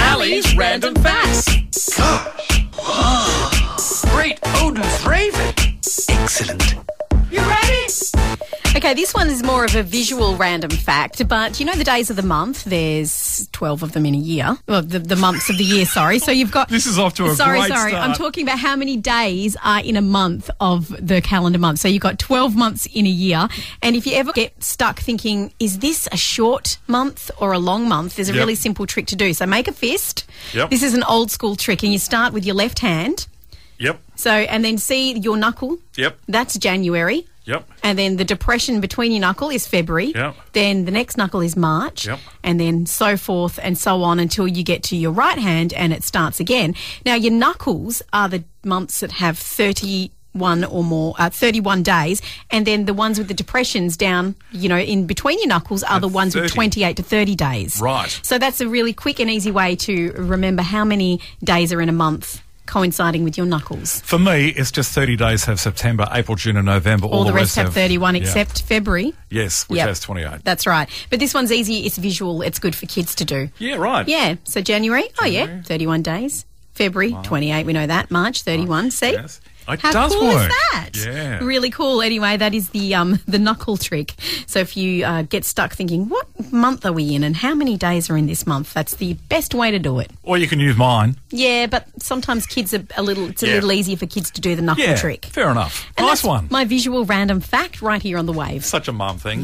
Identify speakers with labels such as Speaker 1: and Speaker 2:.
Speaker 1: Billy's Random Facts. Great Odin's Raven.
Speaker 2: Excellent.
Speaker 1: You ready?
Speaker 3: Okay, this one is more of a visual random fact, but you know the days of the month? There's 12 of them in a year. Well, the, the months of the year, sorry. So you've got.
Speaker 4: This is off to a
Speaker 3: Sorry,
Speaker 4: great
Speaker 3: sorry.
Speaker 4: start.
Speaker 3: I'm talking about how many days are in a month of the calendar month. So you've got 12 months in a year. And if you ever get stuck thinking, is this a short month or a long month? There's a
Speaker 4: Yep.
Speaker 3: really simple trick to do. So make a fist.
Speaker 4: Yep.
Speaker 3: This is an old school trick, and you start with your left hand.
Speaker 4: Yep.
Speaker 3: So, and then see your knuckle.
Speaker 4: Yep.
Speaker 3: That's January.
Speaker 4: Yep.
Speaker 3: And then the depression between your knuckle is February.
Speaker 4: Yep.
Speaker 3: Then the next knuckle is March.
Speaker 4: Yep.
Speaker 3: And then so forth and so on until you get to your right hand and it starts again. Now, your knuckles are the months that have 31 or more, uh, 31 days. And then the ones with the depressions down, you know, in between your knuckles are the ones with
Speaker 4: 30.
Speaker 3: 28 to 30 days.
Speaker 4: Right.
Speaker 3: So that's a really quick and easy way to remember how many days are in a month coinciding with your knuckles.
Speaker 4: For me, it's just 30 days have September, April, June, and November. All,
Speaker 3: All, the rest have 31
Speaker 4: yeah.
Speaker 3: except February.
Speaker 4: Yes, which
Speaker 3: Yep.
Speaker 4: has 28.
Speaker 3: That's right. But this one's easy. It's visual. It's good for kids to do.
Speaker 4: yeah, right.
Speaker 3: Yeah. So January. Oh yeah, thirty-one days. February twenty-eight. We know that. March thirty-one. See.
Speaker 4: yes. It
Speaker 3: How
Speaker 4: does
Speaker 3: cool
Speaker 4: work.
Speaker 3: is that?
Speaker 4: Yeah.
Speaker 3: Really cool. Anyway, that is the um, the knuckle trick. So if you uh, get stuck thinking, what month are we in and how many days are in this month? That's the best way to do it.
Speaker 4: Or you can use mine.
Speaker 3: Yeah, but sometimes kids are a little. It's a
Speaker 4: Yeah.
Speaker 3: little easier for kids to do the knuckle
Speaker 4: Yeah.
Speaker 3: trick.
Speaker 4: Fair enough.
Speaker 3: And
Speaker 4: nice
Speaker 3: that's
Speaker 4: one.
Speaker 3: My visual random fact right here on the waves.
Speaker 4: Such a mum thing.